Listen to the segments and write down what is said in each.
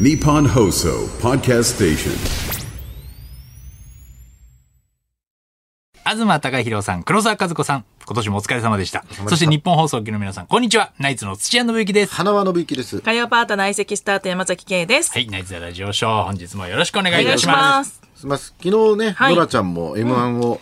Nippon Hoso Podcast Station. 東隆弘さん、黒沢和子さん、今年もお疲れ様でした。そして日本放送機の皆さん、こんにちは。ナイツの土屋信之です。花輪信之です。火曜パートナー相席スタート山崎圭です。はい、ナイツザラジオショー、本日もよろしくお願いいお願たいししま。ますす。すみません昨日ね、はいノラちゃんも M1 を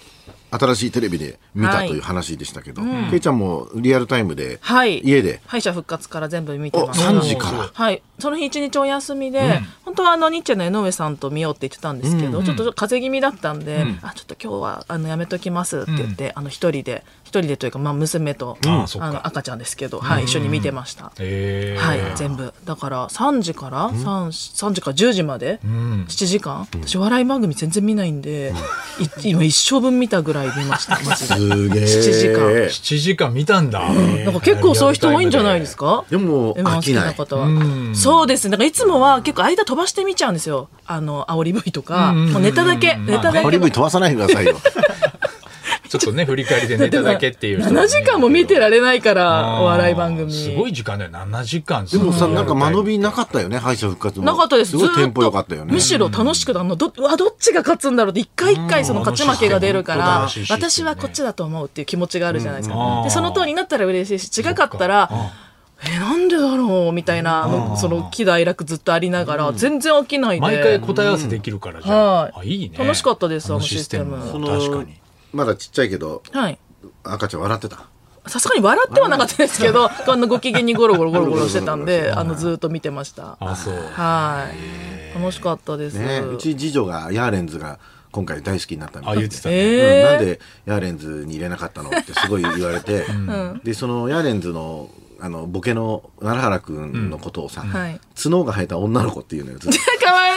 新しいテレビで見たはいという話でしたけど、ケイちゃんもリアルタイムで、はい。家で、敗者復活から全部見ておます。 3時から。はい。その日一日お休みで、本当はあの、ニッチェの江上さんと見ようって言ってたんですけど、ちょっと風邪気味だったんで、あ、ちょっと今日は、あの、やめときますって言って、あの、一人で、一人でというか、まあ、娘と、ああそっかの、赤ちゃんですけど、はい、一緒に見てました。えーはい、全部。だから、3時から、3、3時から10時まで、7時間。私、笑い番組全然見ないんで、い今一生分見たぐらい見ました、マジで。すげえ。 7 7時間見たんだ。なんか結構そういう人多いんじゃないですかでも今飽好ききなない方は。そうですね。だからいつもは結構間飛ばしてみちゃうんですよ。あの、煽り V とか、もうネタだけ、ネタだハリけブの。イ飛ばさないでくださいよ。ちょっとね、振り返りでネタだけっていう人もね。 7時間も見てられないから、お笑い番組。すごい時間だよ、7時間。でもさ、なんか間延び。びなかったよね、敗者復活も。なかったです。すごいずーっとテンポ良かったよね。むしろ楽しくあのどうわどっちが勝つんだろうって一回一回その勝ち負けが出るかうんあのらシステム私はこっちだと思うっていう気持ちがあるじゃないですうんか。でその通りになったら嬉しいし違かったらえなんでだろうみたいなもうその喜怒哀楽ずっとありながら全然飽きないで毎回答え合わせできるからじゃうんあ。あ、いいね。楽しかったですあのあのシステムシステそムの確かに。まだちっちゃいけど、はい赤ちゃん笑ってた。さすがに笑ってはなかったですけどあのご機嫌にゴロゴロゴロゴロしてたんであのずーっと見てましたあ、そう。はい楽しかったです、ね、うち次女が、ヤーレンズが今回大好きになったみたあ、いで言ってたね。うんえー なんでヤーレンズに入れなかったのってすごい言われて、でそのヤーレンズのあのボケの奈良原君のことをさ、はい角が生えた女の子っていうのよずっとかわいい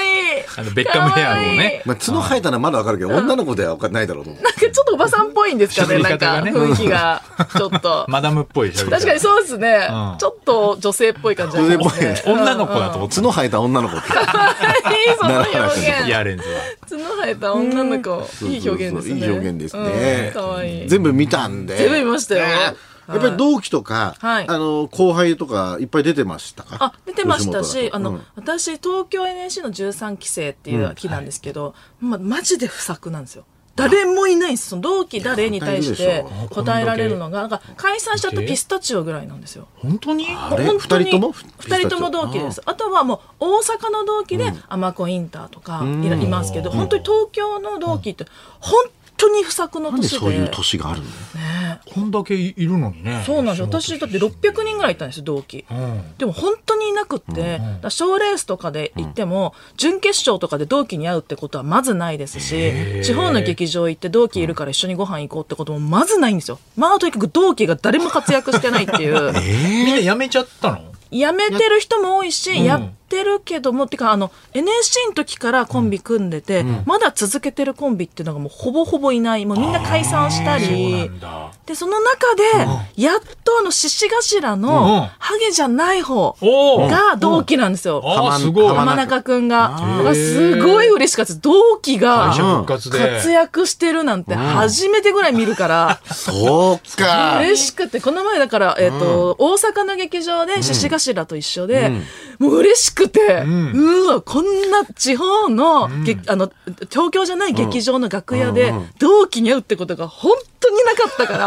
あの、ベッカムヘアのね。まあ、角生えたのはまだわかるけど女の子ではわかんないだろうと思ってちょっとおばさんっぽいんですかね、喋なりんか方がね雰囲気が、ちょ っと。マダムっぽい喋り方確かにそうですねん。ちょっと女性っぽい感じあり女ます性ねっ。 女の子だと思って角生えた女の子ってその表た。ヤ現。ーレンズは。角生えた女の子。 いい表現そうでそうそすうね。いい表現ですねうんかわいい。全部見たんで全部見ましたよねやっぱり同期とか、はいあの後輩とかいっぱい出てましたかあ、出てました吉本だし、とあの、うん私、東京 NSC の13期生っていう期なんですけど、ま、マジで不作なんですよ。誰もいないんです。その同期誰に対しいやて答えられるのが、なんか解散しちゃったピスタチオぐらいなんですよ。本当にあれ本当に二人とも二人とも同期ですあとはもう大阪の同期でアマコインターとかいらいますけど、本当に東京の同期って本当に不作のなんで年でそういう年があるのこんだけいるのにね。そうなんですよ私だって600人ぐらいいたんですよ同期、んでも本当にいなくって賞、ーレースとかで行っても、準決勝とかで同期に会うってことはまずないですし地方の劇場行って同期いるから一緒にご飯行こうってこともまずないんですよまあとにかく同期が誰も活躍してないっていう。 みんな辞めちゃったのやめてる人も多いし、やってるけども、てか、あの、NSC の時からコンビ組んでて、まだ続けてるコンビっていうのがもうほぼほぼいない。もうみんな解散したそうりなん。だ。で、その中で、やっとあの、獅子頭うんの、ハゲじゃない方おーが同期なんですよ。あー浜すごい。浜浜中くんが。ーだからすごい嬉しかったです。同期会が社復活で。活躍してるなんて初めてぐらい見るから。そうか 嬉しくて、この前だから、えっ、と、大阪の劇場で、獅子頭と一緒で、もう嬉しくて、うんわ、こんな地方の、げあの、東京じゃない劇場の楽屋で、同期に会うってことが本当になかった か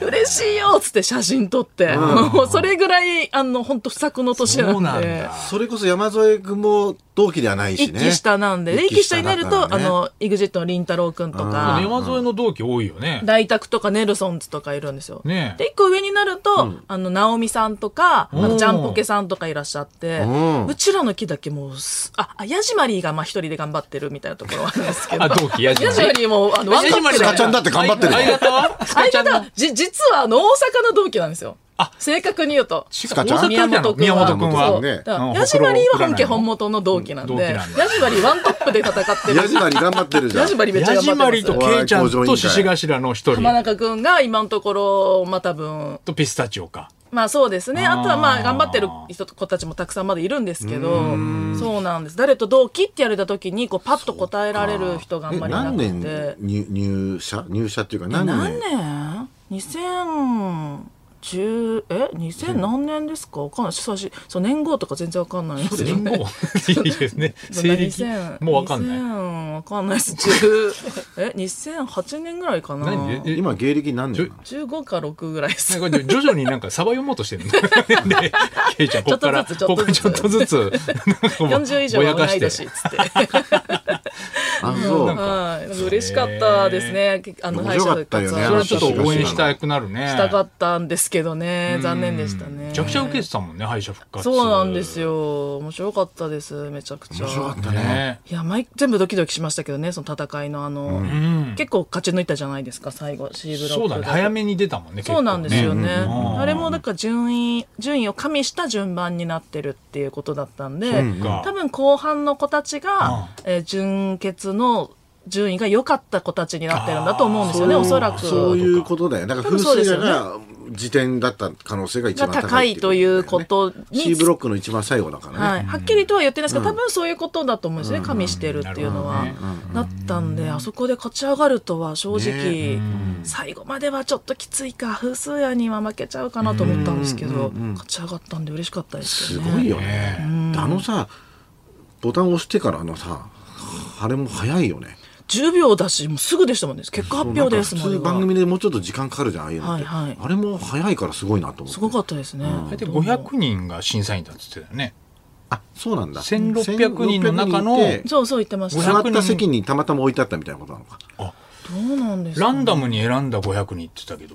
ら、嬉しいよっつって写真撮って、もうそれぐらい、あの、本当不作の年そうななんんでだ。。それこそ山添君も同期ではないし一ね期下なんで、で一期下になるだと、からあねの、イグジットのりんたろうくんとか、山添の同期多いよね。大拓とかネルソンズとかいるんですよ。ねえで、一個上になると、あの、ナオミさんとか、あうんとジャンポケさんとかいらっしゃって、うんちらの木だけもうす、あ、あヤジマリーがまあ一人で頑張ってるみたいなところはあるんですけど。あ同期ヤジマリーヤリーも、あの、ワンカップでスカチャンだって頑張ってるよ相方はスカちゃ相んの方は、じ、実はあの、大阪の同期なんですよ。あ正確に言うと。スカちゃん大阪じゃ宮ない本君宮は。本君宮は。本そ君ねうだからうんヤジマリーは本家本元の同期なん同で、期ヤなんだジマリーワントップで戦ってヤるジ。マリ頑張ってるじゃんヤジマリーめっちゃヤ頑張ジってまマす。リとケイちゃんと獅子頭の一浜人中くんが今のところ、まあ多分、とピスタチオか。まあそうですね。あーあとはまあ頑張ってる人子たちもたくさんまだいるんですけど、そうなんです。誰と同期ってやれた時に、こうパッと答えられる人があんまりいな何く年て。入入社入社っていうかえ何何年年 ?2000、 10え2000何年ですかわかんない最初そう年号とか全然わかんないんですよ年ね号いいですね。西暦2000もうわかんない。 2000わかんないです10え2008年ぐらいかな何ええ今芸歴何年なの15か6ぐらい ですなんか徐々になんかサバ読もうとしてるの。で、ケイちゃん、こっから、ちょっことっからずつちょっとずつ、なんか40以上ぼはやか同して。い年っつって。はいあそうなんかなんか嬉しかったですね。あの、面白かったよね敗者復活はあそれのはちょっと応援したくなるね。したかったんですけどね。残念でしたね。めちゃくちゃ受けてたもんね、敗者復活。そうなんですよ。面白かったです。めちゃくちゃ。面白かったね。ね。いや、毎全部ドキドキしましたけどね、その戦いのあの、ん結構勝ち抜いたじゃないですか、最後、C ブロックそうだね。で早めに出たもんね、そうなんですよね。結構うんあれもだから順位、順位を加味した順番になってるっていうことだったんで、っか多分後半の子たちが、えー準決の順位が良かった子たちになってるんだと思うんですよね、あーおそらく。そういうことだよ。だから多分そう風です水よねが時点だった可能性が一が番高高いいというとだよこねとに、 C ブロックの一番最後だからね。はい、はっきりとは言ってないですけど、多分そういうことだと思うんですよね、加味してるっていうのなは。るだったんで、あそこで勝ち上がるとは正直、ね最後まではちょっときついか、風数屋には負けちゃうかなと思ったんですけど、勝ち上がったんで嬉しかったですすよね。ごいよね。あのさ、ボタン押してからのさ、あれも早いよね。 10秒だし、もうすぐでしたもんね。結果発表ですもそんうねなんか普。通番組でもうちょっと時間かかるじゃん、ああいうのって。はいはいあれも早いからすごいなと思って。すごかったですね。大体500人が審査員だって言ってたよね。あ、そうなんだ。 1600人の中の1600人いてそうそう言ってまし座た。 500った席にたまたま置いてあったみたいなことなのか。そうなんですかランダムに選んだ500人って言ってたけど。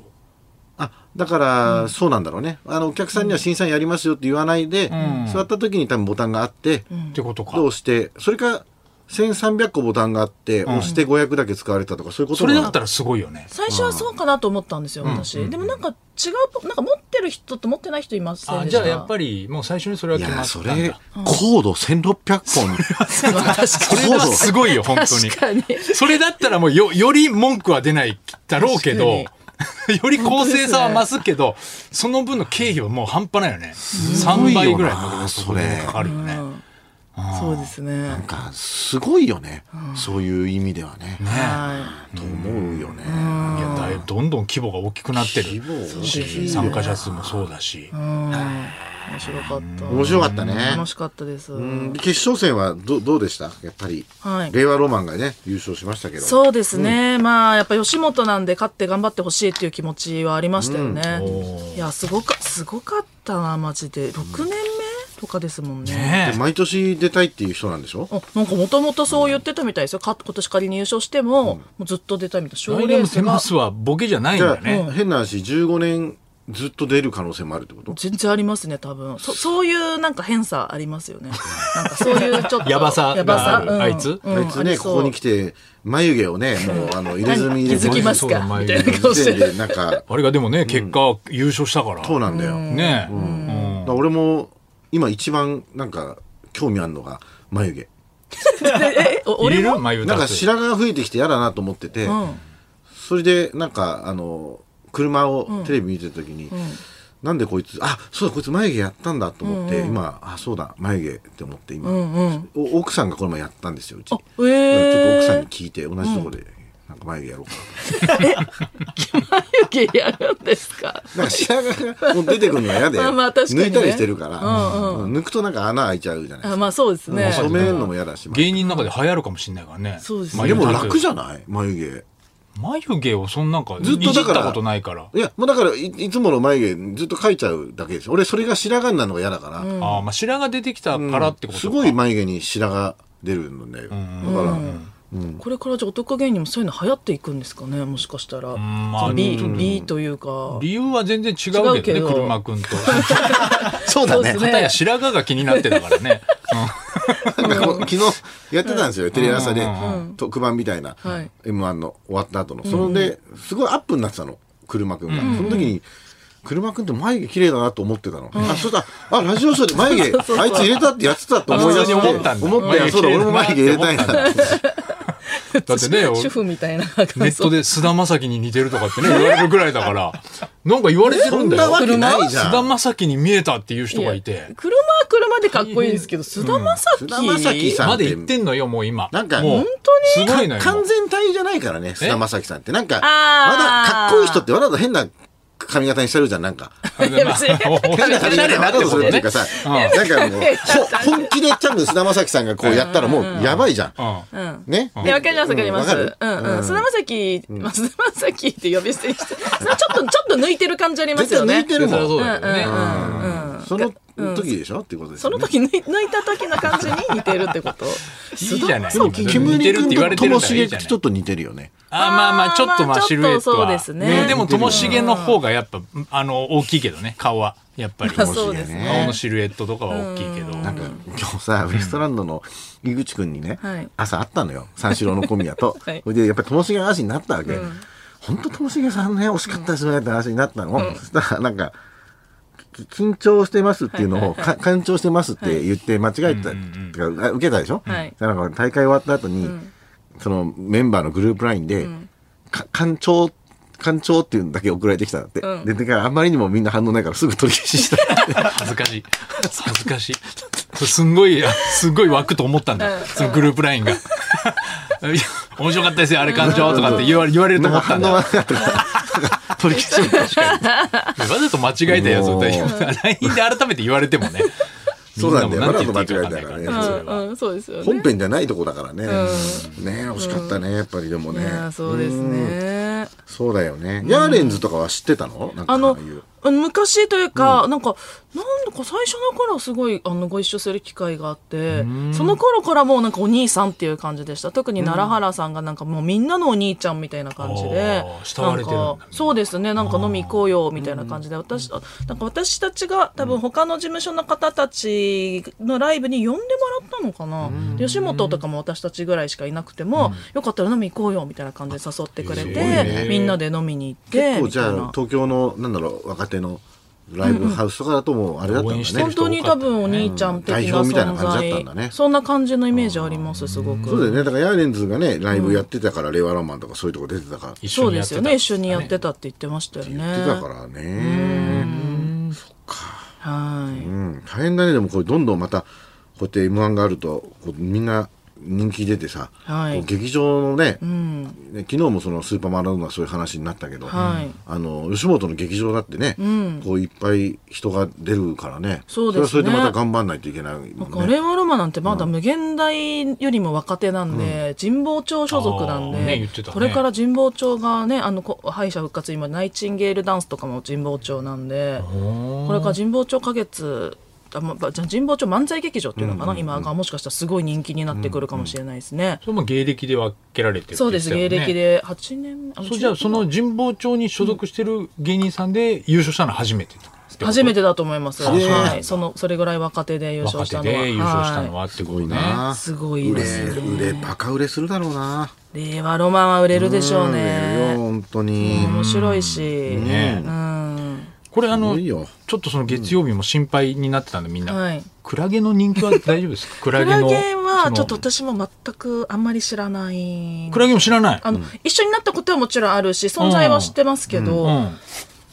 あ、だから、そうなんだろうね。あの、お客さんには審査員やりますよって言わないで、ん座った時に多分ボタンがあって、ってことかで。押して、それか、1300個ボタンがあって、押して500だけ使われたとか、そういうことそもれなだったらすごいよね。最初はそうかなと思ったんですよ、私。でもなんか違う、なんか持ってる人と持ってない人いませんあ、でしじたゃあやっぱりもう最初にそれはい決やまっー、たそんだ。れ、高度1600本。 それはすごいよ、本当に。確かに。 それだったらもうよ、より文句は出ないだろうけど、 より公正さは増すけど、その分の経費はもう半端ないよね。3倍ぐらいのすごいよなかかるよね。そうですね。なんか、すごいよね。そういう意味ではね。はと思うよね。いや、だいぶどんどん規模が大きくなってるし、参加者数もそうだし。い。うん。面白かった。面白かったね。楽しかったです。うん決勝戦はどどうでしたやっぱり、はい令和ロマンがね、優勝しましたけど。そうですね、まあやっぱ吉本なんで勝って頑張ってほしいっていう気持ちはありましたよね、いやすごかすごかったなマジで6年目とかですもんねねで毎年出たいっていう人なんでしょあなんかもともとそう言ってたみたいですよか今年仮に優勝しても,、もうずっと出たみたえ。い賞来年レーもスセがマスはボケじゃないんじゃあ、だね。変な話、15年ずっと出る可能性もあるってこと全然ありますね多分そそういうなんか偏差ありますよねなんかそういうちょっとやばさがあるやばさうんあいつうんあいつあね、りそうここに来て、眉毛をね、もう、あの、入れ墨入気れづ墨きますそうかだみたいな顔の時して点るで、なんか、あれがでもね、結果優勝したから。そうなんだよ。だかねえ。ら俺も、今一番、なんか、興味あるのが、眉毛。えお入れ俺るも眉なんか立つ白髪が増えてきて嫌だなと思ってて、んそれでなんかあの車をテレビ見てる時に、なんでこいつあそうだこいつ眉毛やったんだと思って、今あそうだ眉毛って思って今、お奥さんがこの前やったんですようち、あえーちょっと奥さんに聞いて同じとこで、なんか眉毛やろうか眉毛やるんですかな。なんか白髪がもう出てくるのが嫌で、まあまあ確かにね抜いたりしてるから、うん抜くとなんか穴開いちゃうじゃないあまあそうですねですか。染めるのも嫌だし、まあ芸人の中で流行るかもしれないからね。そうですねまあでも眉毛立つ楽じゃない眉毛。眉毛をそんなんか、ずっとだからいじったことないから。いや、もうだからい、いつもの眉毛ずっと描いちゃうだけですよ。俺、それが白髪になるのが嫌だから、ああ、まあ白が出てきたからってことか。すごい眉毛に白髪出るんだよ。だから、これからじゃあ男芸人もそういうの流行っていくんですかねもしかしたら、まあその B, B というか理由は全然違う違うけけどね、ど車くんと。そうだそうでねす。片や白髪が気になってたからね。なんかこう昨日やってたんですよ、テレ朝で、特番みたいな、はい M1 の終わった後の。それで、すごいアップになってたの、車くんが。その時に、車くんって眉毛綺麗だなと思ってたの。あ、そうだ、あ、ラジオショーで眉毛、あいつ入れたってやってたと思い出して、あ普通に思ったんだ思ったよ、眉毛そうだ、俺も眉毛入れたいな綺麗だな。うんだってね、俺主婦みたいな感想ネットで菅田将暉に似てるとかってね、言われるぐらいだから、なんか言われてるんだそんなわけよ。ないじゃん菅田将暉に見えたっていう人がいやて。車は車でかっこいいんですけど菅田将暉菅田将暉さんまで言ってんのよ、もう今。なんかもう本すごいのよ。完全体じゃないからね、菅田将暉さんって。なんか、まだ、かあーっこいい人ってわざと変な髪型にしてるじゃん、な んか。 いや別になんか髪型になろうとするっていうかさ、なんかもう、 ほ本気で多分菅田将暉さんがこうやったらもうやばいじゃん。ううんねいや、わかります、わかりまわす。かうるんうん。菅田将暉、まあ、菅田将暉って呼び捨てにして、ちょっと、ちょっと抜いてる感じありますよね。絶対抜いてるもんそうだよね。うんうんうん。その時でしょっていうことですそよのね。時抜い抜いた時の感じに似てるってこと。いいじゃない。菅田将暉キム似ニてるって君言われとてるともんだしらいげいじゃなちいょっ。と似てるよね。あーまあまあちょっとまあシルエットはまあちょっとそうですねでもともしげの方がやっぱあの大きいけどね顔はやっぱりまあそうですね顔のシルエットとかは大きいけどなんか今日さウエストランドの井口くんにね、はい。朝会ったのよ三四郎の小宮と はいそれでやっぱりともしげの話になったわけ。本当ともしげさんね惜しかったですねって話になったの。そしたらなんか。き緊張してますっていうのを、か緊張してますって言って間違えた、てかあ受けたでしょ、はいだから大会終わった後に、そのメンバーのグループラインで、か官庁、官庁っていうのだけ送られてきたんだって。うんで、だからあんまりにもみんな反応ないからすぐ取り消しした。恥ずかしい恥ずかしいそれすんごいあすんごい湧くと思ったんだそのグループラインが いや面白かったですよあれ感情とかって言われ言われると思ったんだなわんか反応がなかったから取り消しちゃったざと間違えたやつをもう LINE で改めて言われてもねそうなんだよみもなんて言っていいわざと間違えたわかんなからねいからそれはうん、そうですよ本ね。編じゃないとこだからね。ねえ惜しかったね、やっぱりでもいね。や、そうですね。そうだよね。ヤーレンズとかは知ってたのなんかああのあいう。、昔というか、なんか、なんか最初の頃すごい、あの、ご一緒する機会があって、その頃からもうなんかお兄さんっていう感じでした。特に奈良原さんがなんかもうみんなのお兄ちゃんみたいな感じであー、慕われてるんだなんか、そうですね、なんか飲み行こうよみたいな感じで、私、あなんか私たちが多分他の事務所の方たちのライブに呼んでもらったのかな。吉本とかも私たちぐらいしかいなくても、よかったら飲み行こうよみたいな感じで誘ってくれて、みんなで飲みに行って、結構みじたいゃあな、東京の、なんだろう、若手のライブハウスとかだともうあれだった応ん援しだてねる本。当に多分お兄ちゃん的なうん代表みたいな存感じだ在、ったんだねそんな感じのイメージありますすごくそうだよね。だからヤーレンズがね、ライブやってたから、令和ロマンとかそういうとこ出てたから。一そ緒うにやでってすたよね一緒にやってたって言ってましたよね言ってたからね。はいうん。大変だね。でもこれどんどんまた、こうやって M1 があると、こうみんな人気出てさ、はいこう劇場のね、うんね昨日もそのスーパーマラドーナはそういう話になったけど、はいあの吉本の劇場だってね、こういっぱい人が出るからねそうですねれはそれでまた頑張んないといけないもなんかんね令和ロマなんてまだ無限大よりも若手なんで、神保町所属なんで、あーね言ってたねこれから神保町がねあのこ敗者復活今ナイチンゲールダンスとかも神保町なんでこれから神保町花月あまじゃあ神保町漫才劇場っていうのかな、今がもしかしたらすごい人気になってくるかもしれないですね。それも芸歴で分けられてるってそ言っうてでたよねす、芸歴で8年目あそうじゃあその神保町に所属してる芸人さんで優勝したのは初めて初めめてだと思います。あそうなんだはい、そのそれぐらい若手で優勝若した手のは、で優勝したのははってことねなあい、すごい売でれすね。売れバカ売れするだろうな令和ロマンは売れるでしょう売れるよね。本当に、面白いし、ねうん、これあすのごいよちょっとその月曜日も心配になってたんでみんな、はい。クラゲの人気は大丈夫ですかククラゲラのゲはそのちょっと私も全くあんまり知らない。クラゲも知らないあの、一緒になったことはもちろんあるし、存在は知ってますけど、うん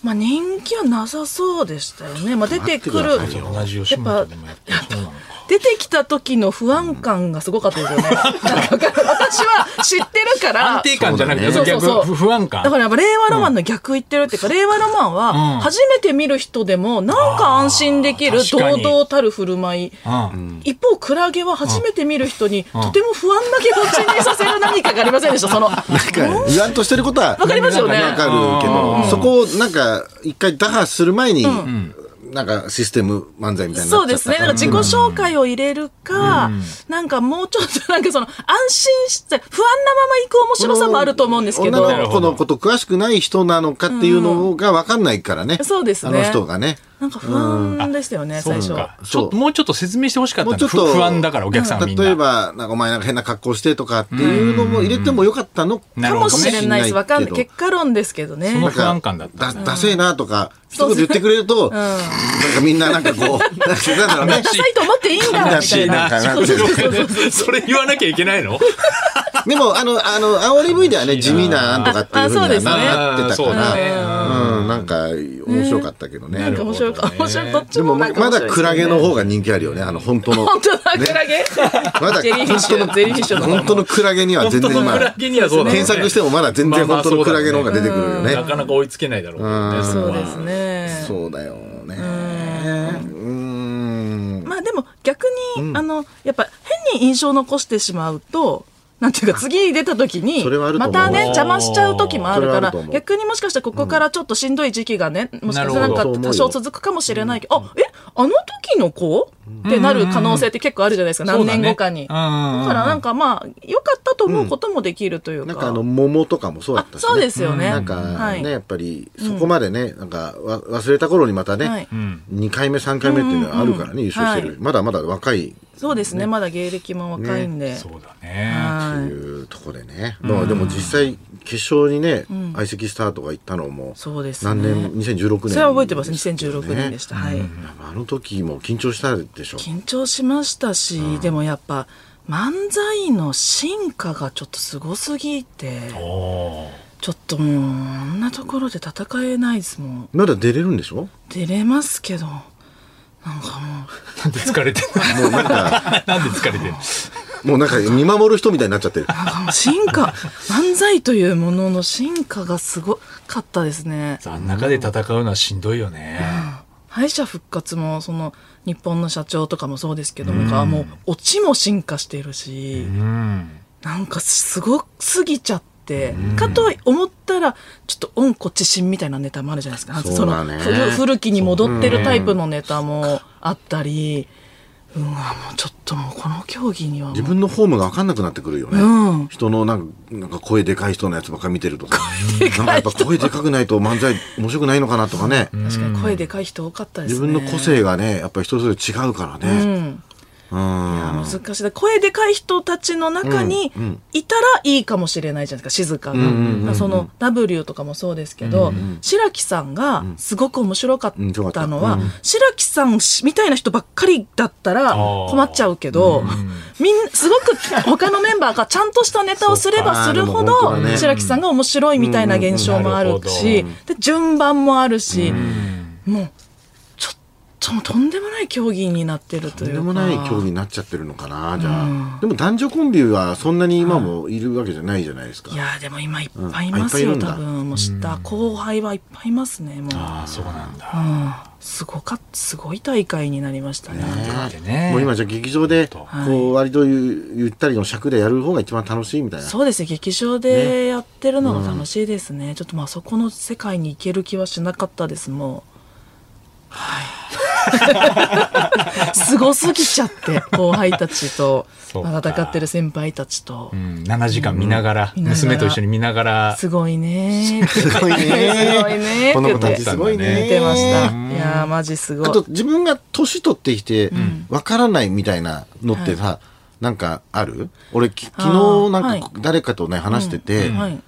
まあ人気はなさそうでしたよね。まあ出てくる待ってくださいよ同じ吉本でもやってるそうなのか出てきた時の不安感がすごかったですよね。なんか私は知ってるから。安定感じゃなくて、そうだねそうそうそ逆う不安だ感からやっぱ令和ロマンの逆言ってるっていうか、令和ロマうンんは初めて見る人でもなんか安心できるあー確か堂に々たる振る舞い。うん一方、クラゲは初めて見る人にとても不安な気持ちにさせる何かがありませんでし た、その。なんか言わんとしてることはわかりますよねわかるけど、そこをなんか一回打破する前に、なんかシステム漫才みたいになっちゃったそうですね。なんか自己紹介を入れるか、なんかもうちょっとなんかその安心して、不安なまま行く面白さもあると思うんですけど。女の子のこと詳しくない人なのかっていうのが分かんないからね、うんそうですねあの人がねなんか不安でしたよね、最初。そうかちそうょっともうちょっと説明してほしかったもうなちょっとふ不安だからお客さんはみんな例 えばなんかお前なんか変な格好してとかっていうのも入れてもよかったのなかるほもどねしれないです。わかんない。けど結果論ですけどね。その不安感だっただダセえなとか一言言ってくれると、なんかみんななんか こうなんかなんだろうねダサいと思っていいんだみたいなな。んかそれ言わなきゃいけないのでも、あの、あの、煽り V ではね、地味なんとかっていうふうああそうにではすねなってたそうかだねら、うん、なんか、面白かったけどね。なんか面白いか、面白い。どっちでもも、なまんか面白だいですクねラゲの方が人気あるよね、あの、本 当の。本当だ、クラゲ。まだジェリーフィッシュ本当のジェリーフィッシュの本当のクラゲには本全当然のまクラあゲにはそうだね検索してもまだ全然本当のクラゲの方が出てくるよねな。かなか追いつけないだろうけどね。そうこはですね。そうだよね。うん。まあでも逆に、あの、やっぱ変に印象を残してしまうと、なんていうか次に出た時にそれはあるとま思うたね邪魔しちゃう時もあるそれかはあらると思う逆にもしかしたらここからちょっとしんどい時期がねもしかしたらなんなるほどそうか思うよ多少続くかもしれないけどあえあの時の子ってなる可能性って結構あるじゃないですか何年後かにそうだねうんうんうんだからなんかまあ良かったと思うこともできるというなんか、かあの、桃とかもそうだあったしね。そうですよね、なんかはいね、やっぱり、そこまでね、なんか、わ忘れた頃にまたはねい、 2回目、3回目っていうのはあるからね、優勝してはる。まだまだ若いっそうですねまだ芸歴も若いんで、そうだね。てはいいうとこでね。まあでも実際、決勝にね、相席スタートが行ったのも、そうですね何年、2016年。それは覚えてます2016年でした、はいあの時も緊張したでしょ。緊張しましたし、でもやっぱ漫才の進化がちょっとすごすぎてちょっともうあんなところで戦えないですもんまだ出れるんでしょ出れますけどなんかもなんで疲れてんのなん か、なんで疲れてんのもうなんか見守る人みたいになっちゃ ってる。うなんかもう進化 漫才というものの進化がすごかったですねあん中で戦うのはしんどいよね。敗者復活もその日本の社長とかもそうですけど、なんかもうオチも進化してるし、うん。なんかすごすぎちゃって、かと思ったらちょっと恩こ知心みたいなネタもあるじゃないですかそうだねその古古きに戻ってるタイプのネタもあったりう,、わもうちょっともうこの競技にはもう自分のフォームが分かんなくなってくるよね。うん人のなんか、なんか声でかい人のやつばっか見てるとか。なんかやっぱ声でかくないと漫才面白くないのかなとかね。確かに声でかい人多かったです自ね分の個性がね、やっぱり人それぞれ違うからうね。んうん。難しい声でかい人たちの中にいたらいいかもしれないじゃないですか静かが、だからその W とかもそうですけど、白木さんがすごく面白かったのは、白木さんみたいな人ばっかりだったらー困っちゃうけど、みんすごく他のメンバーがちゃんとしたネタをすればするほそうかど、でも本当だね白木さんが面白いみたいな現象もあるし、うんで順番もあるし、もうちょっともうとんでもない競技になってるとといんうでか。もない競技になっちゃってるのかな、じゃあ。でも男女コンビはそんなに今もいるわけじゃないじゃないですかい。やーでも今いっぱいいますよ、うんあいっぱいい多るんだ分もう下後輩はいっぱいいますねもう、ああ、そうなんだ。うん、すごかすごい大会になりましたねってねもう今じゃあ劇場で、はいこう割とゆゆったりの尺でやる方が一番楽しいみたいな。そうですね劇場でやってるのが楽しいですねちょっとまあそこの世界に行ける気はしなかったですも うはい すごすぎちゃって後輩たちとそうかまあ戦ってる先輩たちと、うん、7時間見ながら、見ながら娘と一緒に見ながら、すごいねーってすごいね すごいねこの子って言たっちてすごいね。見てましたいやーマジすごいあと自分が年取ってきて、わからないみたいなのってさ、なんかある俺き、昨日あなーんはか誰かとね、話してて、はい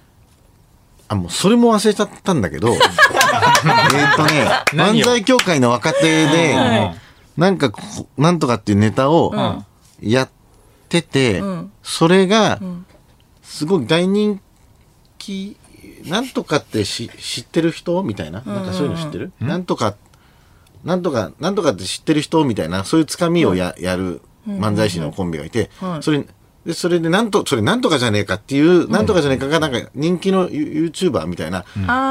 あ、もうそれも忘れちゃったんだ けど、えーっとね、何漫を才協会の若手で、はいなんかこ、なんとかっていうネタをんやってて、んそれが、すごい大人気、なんとかってし知ってる人みたいな。なんかそういうの知ってる、なんとか、なんとか、なんとかって知ってる人みたいな、そういうつかみをや,、やる漫才師のコンビがいて、はいそれ、で、それで、なんと、それなんとかじゃねえかっていう、なんとかじゃねえかが、なんか人気のユ YouTuber みたいな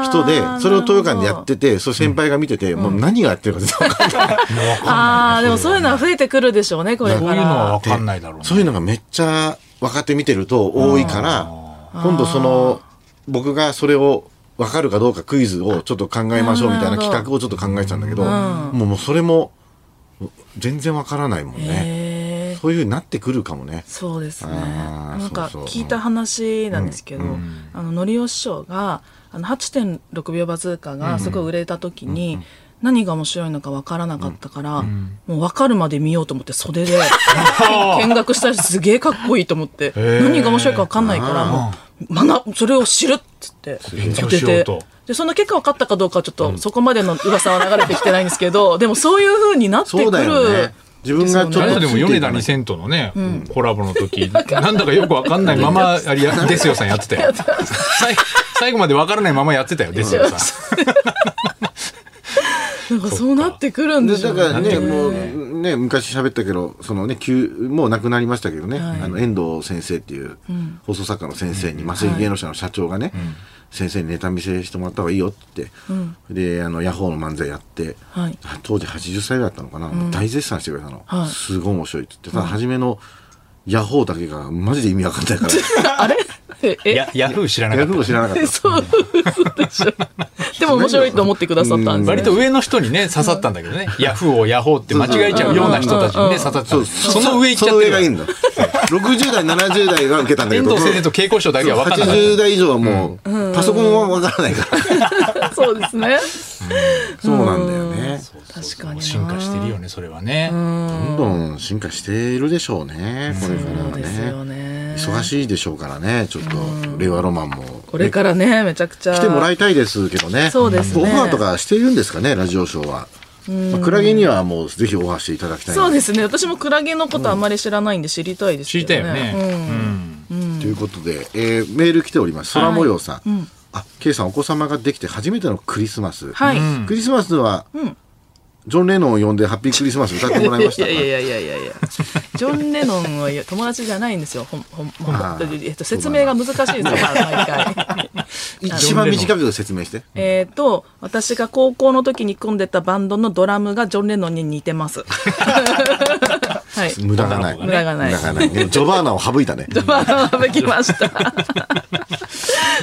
人であー、それを東洋館でやってて、それ先輩が見てて、もう何がやってるか全然わかんないああー、でもそういうのは増えてくるでしょうね、これそうかいうら。のはわかんないだろうね。そういうのがめっちゃ若手見てると多いから、今度その、僕がそれを分かるかどうかクイズをちょっと考えましょうみたいななるほど企画をちょっと考えてたんだけど、もうもうそれも全然分からないもんね。へーそういう風になってくるかもね。そうですね。あーなんかそうそう聞いた話なんですけど、あの、のりお師匠が、あの、8.6秒バズーカがすごい売れた時に、何が面白いのか分からなかったから、もう分かるまで見ようと思って袖で 見学したりすげえかっこいいと思って、ー何が面白いか分かんないから、もう、学ぶそれを知るっつって勉強出しよてうと。で、その結果分かったかどうかはちょっと、そこまでの噂は流れてきてないんですけど、でもそういう風になってそうくだよるね。自分がちょっあれとでも米田2000とのね、コラボの時、なんだかよくわかんないまま、あれ や、ですよさんやってたよ。最最後までわからないままやってたよ、ですよさん。なんかそうなってくるんででしょだうからね、ねもうね、昔喋ったけど、そのね、急、もう亡くなりましたけどね、あの、遠藤先生っていう、放送作家の先生に、麻酔芸能者の社長がね、先生にネタ見せしてもらった方がいいよって言って、で、あの、ヤホーの漫才やってはい、当時80歳だったのかな、大絶賛してくれたのは。いすごい面白いって言って、ただ、初めの、ヤホーだけがマジで意味わかんない から、あれええや、ヤフー知らなかヤっフーを知らなかっえた。そうそうでしょでも面白いと思ってくださったんた。ですね割と上の人にね、刺さったんだけどね。ヤフーをヤホーって間違えちゃうような人たちにね、刺さったんだけど。その上行っちゃっそのて上がいいるんかだ。60代、70代は受けたんだら。け遠ど。藤先生と蛍光賞だけはわかんなかった。 80代以上はもう、パソコンはわからないから。そうですねそうなんだよね。確かにな進化してるよね、それはね。どんどん進化しているでしょうね。これからそうですよはね。ね忙しいでしょうからね。ちょっと、令和ロマンも。これからねめちゃくちゃ来てもらいたいですけどね。そうですねオファーとかしているんですかね、ラジオショーは。まあクラゲにはもうぜひオファーしていただきたいなそうですね私もクラゲのことあまり知らないんで知りたいです知りたいよね。ということで、えーメール来ております。空模様さん。あ、ケイさん、お子様ができて初めてのクリスマス。はいうんクリスマスは、ジョン・レノンを呼んでハッピークリスマス歌ってもらいましたかいやいやいやいやいやジョン・レノンはいや友達じゃないんですよほんほんほんあーえっと説明が難しいですよ毎回一番短く説明して。えっと私が高校の時に組んでたバンドのドラムがジョン・レノンに似てます はい無駄がない。無駄がない無駄がない。でも ジョバーナを省いたね。どまあ省き ました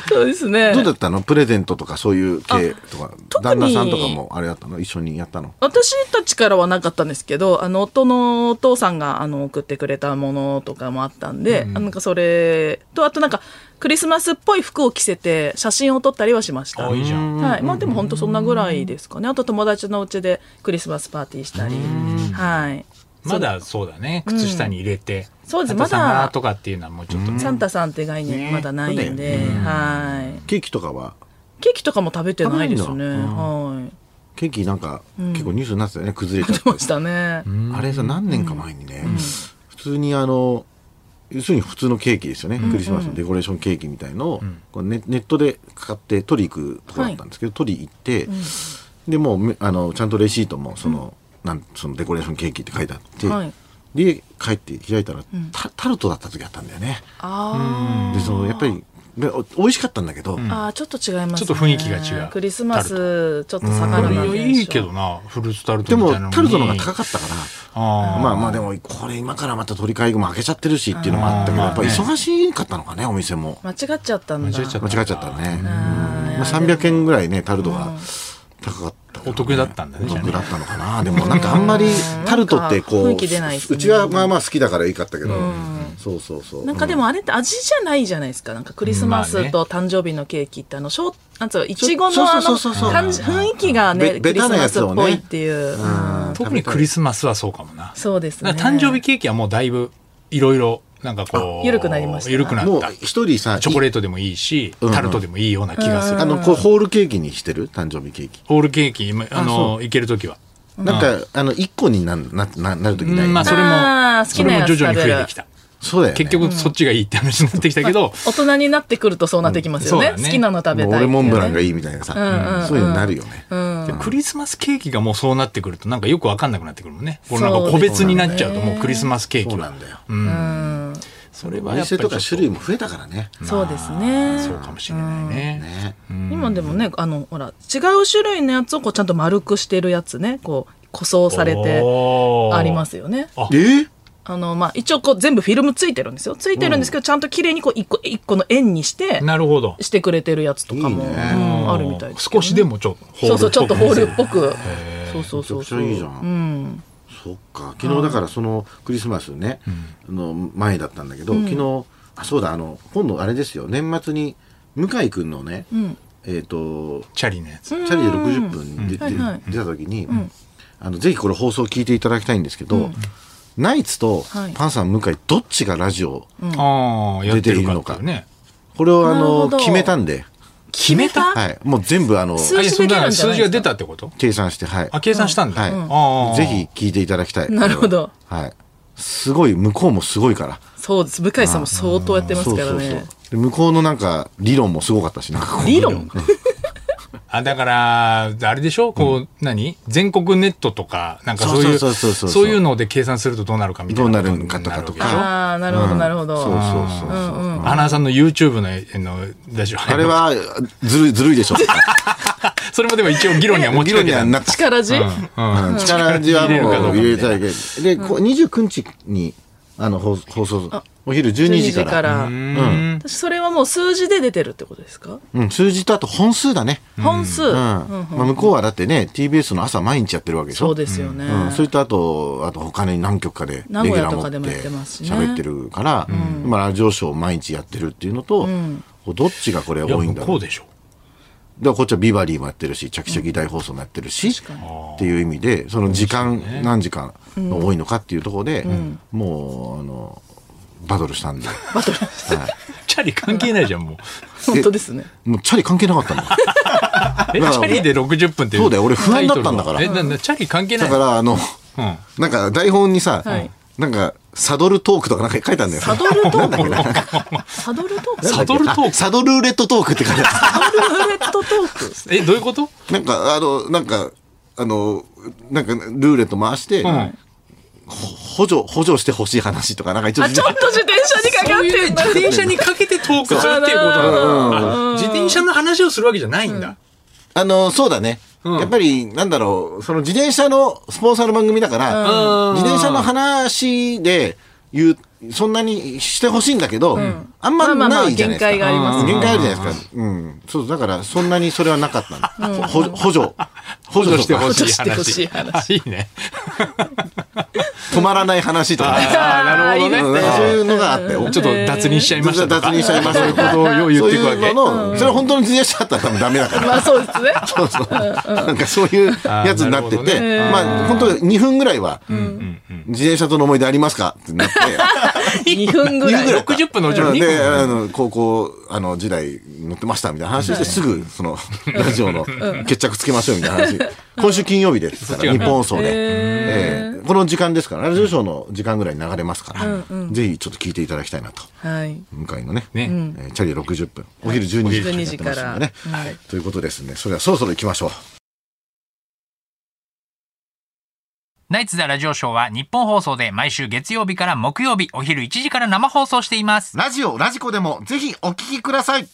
そうですねうだったのプレゼントとかそういう系とか、特旦に那さんとかもあれだったの一緒にやったの私たちからはなかったんですけど、あの、夫のお父さんが、あの、送ってくれたものとかもあったんで、あなんかそれと、あとなんか、クリスマスっぽい服を着せて、写真を撮ったりはしました。あいいじゃんはい。まあでも本当そんなぐらいですかね。あと友達のうちでクリスマスパーティーしたり。はい。まだそうだね。靴下に入れて。そうですあとまだ様とかっていうのはもうちょっとね。サンタさんって概念まだないんで、はい。ケーキとかはケーキとかも食べてないです食べね。はい。ケーキなんか、結構ニュースになってたよね崩れちゃっ食べましたね。あれさ何年か前にね、普通にあの要するに普通のケーキですよね、クリスマスのデコレーションケーキみたいのを、こうネネットで買って取り行くとこだったんですけど、取り行って、でもうめあのちゃんとレシートもその,、なんそのデコレーションケーキって書いてあって、はいで帰って開いたら、タタルトだった時あったんだよね。あでそのやっぱりでお美味しかったんだけど、あ。ああ、ちょっと違いますね。ちょっと雰囲気が違うクリスマス、ちょっと下がるな。いやいいけどな、フルーツタルでトみたもいなのに。タルトの方が高かったから。あまあまあでもこれ今からまた取り替えも開けちゃってるしっていうのもあったけどあーやっぱり忙しかったのかねお店も間違っちゃったんだ。間違えちゃ間違っちゃったね、まあ、あー300円ぐらいねタルトが高かったあお得だったんだね、おじゃあ得ねだったのかなでもなんかあんまりタルトってこうなんか雰囲気出ないですねうちはまあまあ好きだからいいかったけどそうそうそうなんかでもあれって味じゃないじゃないですか。なんかクリスマスと誕生日のケーキってあの、ショー、なんつうの、いちごそうのあそのうそうそうそう感じ、雰囲気がね、べクベリタスなマやスつをっねぽいっていう。うん特にクリスマスはそうかもな。そうですね。だから誕生日ケーキはもうだいぶ、いろいろ、なんかこう。緩くなりました緩くなもっうた。一人さチョコレートでもいいし、うんうんタルトでもいいような気がする。あのこうホールケーキにしてる誕生日ケーキホールケーキ、まあの、いけるときは。なんかあの1個になんなななる時うないんまあ、それあも、ー好そきれなもやつ徐々に増えてきた。そうだよね結局、そっちがいいって話になってきたけど、大人になってくるとそうなってきますよね。うんそうだね好きなの食べたいもっう俺モていうね、ンブランがいいみたいなさそういうのになるよねでクリスマスケーキがもうそうなってくると、なんかよくわかんなくなってくるもんね。これなんか個別になっちゃうと、もうクリスマスケーそキうなはん。だよそれおはやっぱ店りちょとっと。か種類も増えたからねそうですね。そうかもしれないね。。ね今でもねあのほら違う種類のやつをこうちゃんと丸くしてるやつねこう塗装されてありますすよねあえーあの、まあ、一応こう全部フィルムついてるんですよついてるんですけど、ちゃんと綺麗にこう一個一個の円にしてなるほど。してくれてるやつとかもいいねうんあるみたいですけど少しね、でもちょっとホーそうルそうっちぽょっとくホー見せルるっぽくそうそうめちそゃうくちそゃういいじゃん、うんそっか昨日だからそのクリスマスね、の前だったんだけど、昨日あそうだあの今度あれですよ年末に向井君のね、えっ、とチャリのやつ。チャリで60分出て、はいはい出た時に、あのぜひこれ放送聞いていただきたいんですけど、ナイツとはいパンさん向井どっちがラジオ、ああ、やってるかっていうね。これをあなるほのど決めたんで決めたはい。もう全部あの、数字あいやそんな数字が出たってこと計算して、はい。あ計算したんだ、はい、ああぜひ聞いていただきたい。なるほど。はい。すごい、向こうもすごいから。そうです。向井さんも相当やってますからそうそうねそ。うで向こうのなんか、理論もすごかったし、なんかこう理論あだからあれでしょこう、何全国ネットとかなんかそういうそうそうそうそうそうそういうので計算するとどうなるかみたいなことどうになるわけかでしとょかとかああ、なるほど、なるほそうそうど。そうそう。アナさんの YouTube のえのラジオあれは、ずるい、ずるいでしょ。それもでも一応議論には持ち議か論けにたはんだなった。力じうん力字は入れるかどもううか入れたいけど。で、こう29日に、あの、放放送、お昼12時か12ら。ら。私それはもう数字で出てるってことですかうん、数字とあと本数だね。本数。うん。まあ向こうはだってね、TBS の朝毎日やってるわけでしょ。そうですよね。うん、それとあと、あと他に何局かで、レギ名古ュ屋ラーと持かっでてもやってますしね喋ってるから、まあラジオショーを毎日やってるっていうのと、こうどっちがこれいや多いん向だころうう。でしょで、こっちはビバリーもやってるし、チャキチャキ大放送もやってるし、っていう意味で、その時間、何時間の多いのかっていうところで、もう、あの、バトルしたんで。バトルチャリ関係ないじゃんもう本当ですね。もうチャリ関係なかったん だ。えチャリで60分っていそうだよ俺不安だったんだからタイトルはえななチャリ関係なだいから、あの、うんなんか台本にさ、はいなんか、サドルトークとかなんか書いたんだよ。サドルトなんだっけなーク。サドルトーク。サドルトークあサドルレットトークって書いてある。サドルレットトーえどういうことなんか、あの、なんか、あの、なんか、ルーレット回して、ん補助、補助してほしい話とか、なんか一ク。応、あ、ちょっと自転車にかかっそういうてん自だ。転車にかけてトークするっていうことなんだあ自転車の話をするわけじゃないんだ、あの、そうだね。やっぱり、なんだろう、その自転車のスポンサーの番組だから、うん自転車の話で言う、そんなにしてほしいんだけど、あんまあままあまなあ、いじゃな限いですか。界があります。限界あるじゃないですか。うん。そう、だから、そんなにそれはなかったの。ほ補助。補補助助ししててほしい補助してほ話しいあ話いいね止まらない話 とかね。あーなるほどねうんそういうのがあって、ちょっと脱輪しちゃいましたとか脱輪しちゃいましたとかそういうことをよう言そっうていくわいけうのの、それは本当に自転車だったら多分ダメだから。まあそうですね。 そうそう。なんかそういうやつになあーなるってほどねて、まあ本当2分ぐらいは、自転車との思い出ありますかってなって、 2分ぐらい。 60分のうちの2で、分あの、高校、あの、時代乗ってましたみたいな話をして、すぐ、その、ラジオの決着つけましょうみたいな話。今週金曜日ですから、日本放送で。ええこの時間ですから、ラジオショーの時間ぐらいに流れますから、ぜひちょっと聞いていただきたいなと。はい。向かいのね。ねえーチャリ60分。お昼12時12やってますんでね時からはい。ということですね。それではそろそろ行きましょう。ナイツザラジオショーは日本放送で毎週月曜日から木曜日お昼1時から生放送しています。ラジオ、ラジコでもぜひお聞きください。